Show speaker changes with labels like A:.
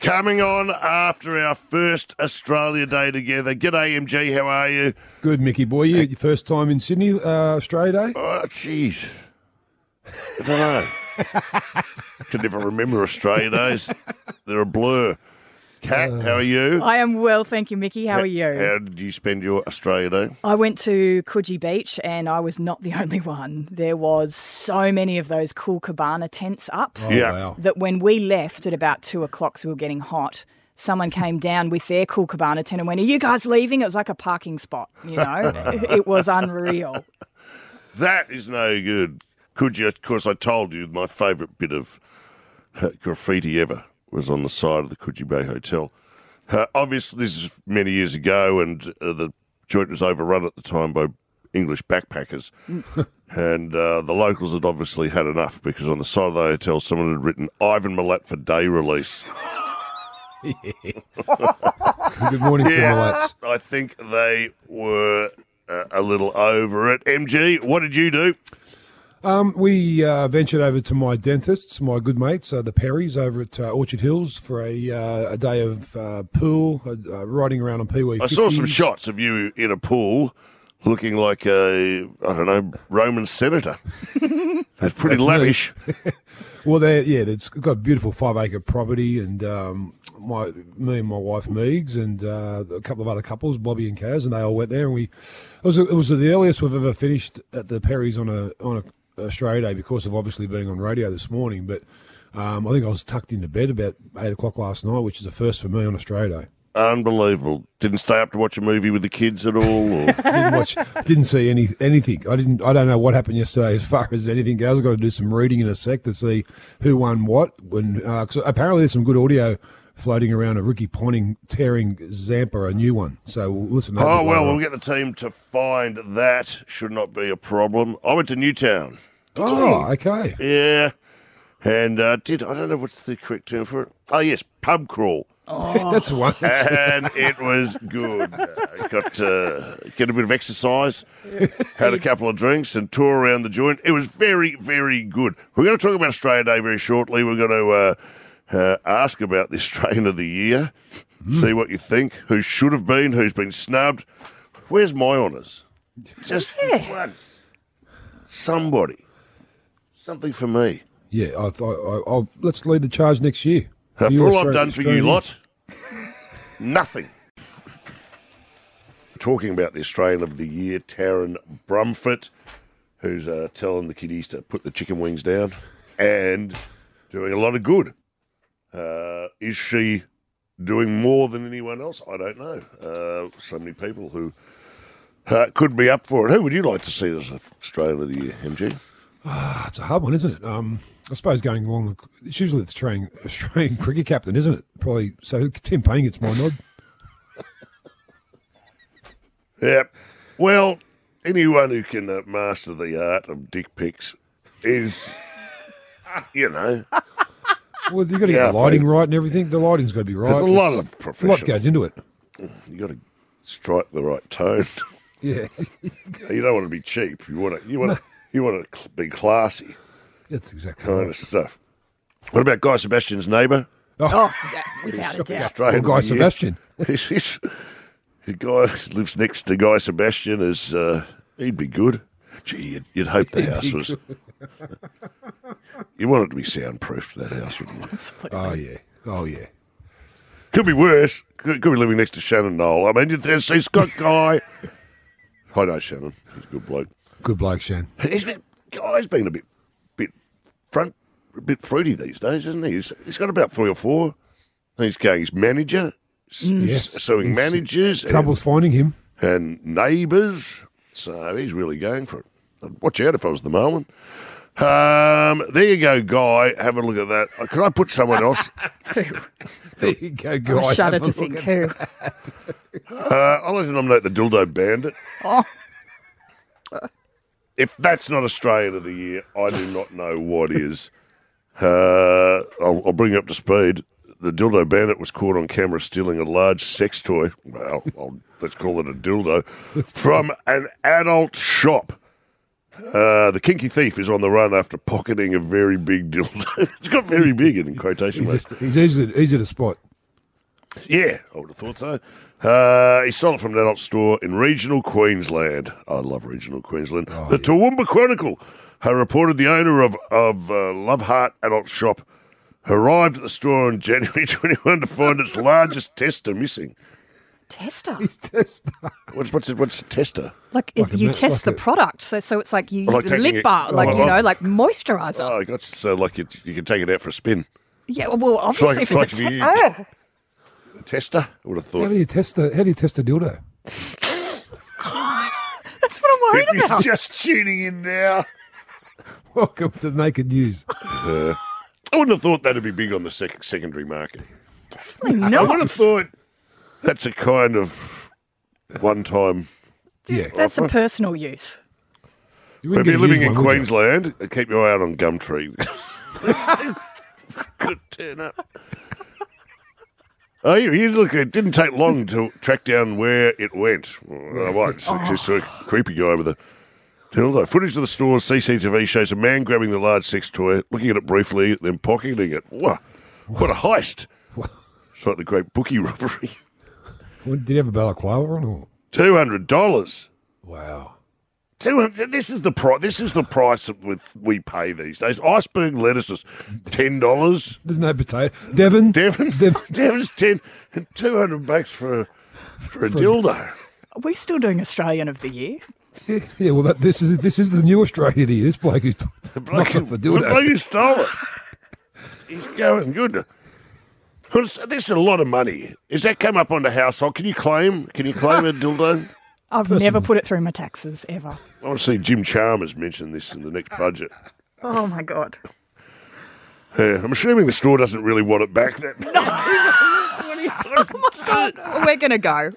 A: coming on after our first Australia Day together. G'day, MG. How are you?
B: Good, Mickey boy. You your first time in Sydney, uh, Australia Day?
A: Oh, jeez. I don't know. Could never remember Australia Days. They're a blur. Kat, how are you?
C: I am well, thank you, Mickey. Oh, How are you?
A: How did you spend your Australia Day?
C: I went to Coogee Beach and I was not the only one. There was so many of those cool cabana tents up
A: yeah.
B: Oh, wow.
C: that when we left at about two o'clock, so we were getting hot. Someone came down with their cool cabana tent and went, "Are you guys leaving?" It was like a parking spot, you know. it was unreal.
A: That is no good. Could you? Of course, I told you my favourite bit of uh, graffiti ever was on the side of the Coogee Bay Hotel. Uh, obviously, this is many years ago, and uh, the joint was overrun at the time by English backpackers. and uh, the locals had obviously had enough because on the side of the hotel, someone had written Ivan Milat for day release.
B: Good morning,
A: Yeah.
B: Timberlates.
A: I think they were uh, a little over it. MG, what did you do?
B: Um, we uh, ventured over to my dentists, my good mates, uh, the Perrys, over at uh, Orchard Hills for a uh, a day of uh, pool, uh, uh, riding around on Pee Wee.
A: I saw some shots of you in a pool looking like a, I don't know, Roman senator. That's pretty lavish.
B: Well, they yeah, it's got a beautiful five acre property, and um, my me and my wife Meigs and uh, a couple of other couples, Bobby and Kaz, and they all went there, and we it was it was the earliest we've ever finished at the Perrys on a on a Australia Day because of obviously being on radio this morning, but. Um, I think I was tucked into bed about eight o'clock last night, which is a first for me on Australia Day.
A: Unbelievable. Didn't stay up to watch a movie with the kids at all. Or...
B: didn't watch, didn't see any anything. I didn't. I don't know what happened yesterday as far as anything goes. I've got to do some reading in a sec to see who won what. When uh 'cause apparently there's some good audio floating around of Ricky Ponting tearing Zampa a new one. So we'll listen. To that a
A: oh,
B: bit
A: well,
B: later
A: we'll
B: on.
A: get the team to find that. Should not be a problem. I went to Newtown.
B: Oh, okay.
A: Yeah. And uh, did, I don't know what's the correct term for it. Oh, yes, pub crawl.
B: That's the one.
A: and it was good. I got uh, get a bit of exercise, had a couple of drinks, and tour around the joint. It was very, very good. We're going to talk about Australia Day very shortly. We're going to uh, uh, ask about the Australian of the Year, see what you think, who should have been, who's been snubbed. Where's my honours? Just once, somebody, something for me.
B: yeah, I, th- I, I, I'll let's lead the charge next year.
A: After
B: You
A: all
B: Australia-
A: I've done for you
B: Australian-
A: lot, nothing. Talking about the Australian of the Year, Taryn Brumford, who's uh, telling the kiddies to put the chicken wings down and doing a lot of good. Uh, is she doing more than anyone else? I don't know. Uh, so many people who uh, could be up for it. Who would you like to see as Australian of the Year, MG?
B: That's a hard one, isn't it? Um, I suppose going along, the, it's usually the Australian, Australian cricket captain, isn't it? Probably. So Tim Payne gets my nod.
A: Yep. Well, anyone who can uh, master the art of dick pics is, you know,
B: Well, you've got to
A: Yeah,
B: get the lighting
A: I think-
B: right and everything. The lighting's got to be right.
A: there's a lot of
B: It's- a lot
A: professional.
B: goes into it.
A: You got to strike the right tone.
B: Yeah,
A: you don't want to be cheap. You want to. You want to. You want to be classy
B: that's exactly
A: kind
B: right.
A: of stuff. What about Guy Sebastian's neighbour?
C: Oh, yeah, without a doubt.
B: Well,
A: Australian
B: Oh, Guy
A: of the Year.
B: Sebastian.
A: He's- he's- the guy who lives next to Guy Sebastian is uh, he'd be good. Gee, you'd, you'd hope the house was. you want it to be soundproof. That house wouldn't you?
B: Oh yeah. Oh yeah.
A: Could be worse. Could, could be living next to Shannon Knoll. I mean, you there's see Scott Guy. I know Shannon. He's a good bloke.
B: Good bloke, Shan.
A: He's been, Guy's been a bit, bit front, a bit fruity these days, isn't he? He's, he's got about three or four. He's going. He's manager. s-
B: Mm. Yes.
A: s- suing
B: He's-
A: managers and,
B: Trouble's finding him.
A: and neighbours. So he's really going for it. I'd watch out if I was the Marlin. Um, there you go, Guy. Have a look at that. Uh, Could I put someone else?
B: There you go, Guy.
C: I shudder
B: Have a
C: to
B: look
C: think
B: at-
C: who.
A: Uh, I'll have to nominate the Dildo Bandit.
C: Oh.
A: If that's not Australian of the Year, I do not know what is. Uh, I'll, I'll bring you up to speed. The Dildo Bandit was caught on camera stealing a large sex toy. Well, I'll, let's call it a dildo from an adult shop. Uh, the kinky thief is on the run after pocketing a very big dildo. it's got very big in quotation
B: He's,
A: marks.
B: just- he's easy, easy to spot.
A: Yeah, I would have thought so. Uh, he stole it from an adult store in regional Queensland. I love regional Queensland. the Toowoomba Chronicle had reported the owner of, of uh, Loveheart Adult Shop arrived at the store on January 21 to find its largest tester missing.
C: Tester.
B: He's test.
A: What's, what's, what's a tester?
C: Like, if
B: a
C: you
B: mi-
C: test
B: like
C: the
B: a-
C: product. So, so it's like you
A: Like taking
C: lip
A: it-
C: bar, like,
A: Oh,
C: you know,
A: oh.
C: like moisturizer.
A: Oh, I got so like you, you can take it out for a spin.
C: yeah, well, obviously,
A: like- it's
C: if it's,
A: like
C: a
A: if
C: te-
A: you-
C: oh,
A: A tester? I would have
B: How
A: thought.
B: do you test the? How do you test a dildo?
C: that's what I'm worried
A: If you're
C: about.
A: just tuning in now.
B: Welcome to Naked News.
A: I wouldn't have thought that'd be big on the sec- secondary market.
C: Definitely
A: I would
C: not.
A: have thought that's a kind of one time.
B: Yeah,
C: That's a personal use.
B: You
A: But if
B: wouldn't
A: you're
B: get to
A: living
B: use
A: in
B: one, would you?
A: Queensland, keep your eye out on Gumtree. Could turn up. Oh, he- he's looking. It didn't take long to track down where it went. Oh, right, it's just a creepy guy with a dildo. Footage of the store's CCTV shows a man grabbing the large sex toy, looking at it briefly, then pocketing it. Wow, what a heist! It's like the great bookie robbery.
B: What, Did you have a balaclava on? Or?
A: Two hundred dollars.
B: Wow.
A: Two hundred. This is the price. This is the price that with we pay these days. Iceberg lettuce is ten dollars.
B: There's no potato. Devon.
A: Devon,
B: Devon.
A: Devon's ten and two hundred bucks for for a dildo.
C: Are we still doing Australian of the Year?
B: Yeah, well, that, this is this is the new Australia. The this bloke who's
A: Bloke,
B: knocked up for dildo.
A: the bloke who stole it. He's going good. Well, it's- This is a lot of money. Is that come up on the household? Can you claim? Can you claim a dildo?
C: I've never put it through my taxes ever.
A: I want to see Jim Chalmers mention this in the next budget.
C: Oh my god.
A: Yeah, I'm assuming the store doesn't really want it back. That
C: We're gonna go.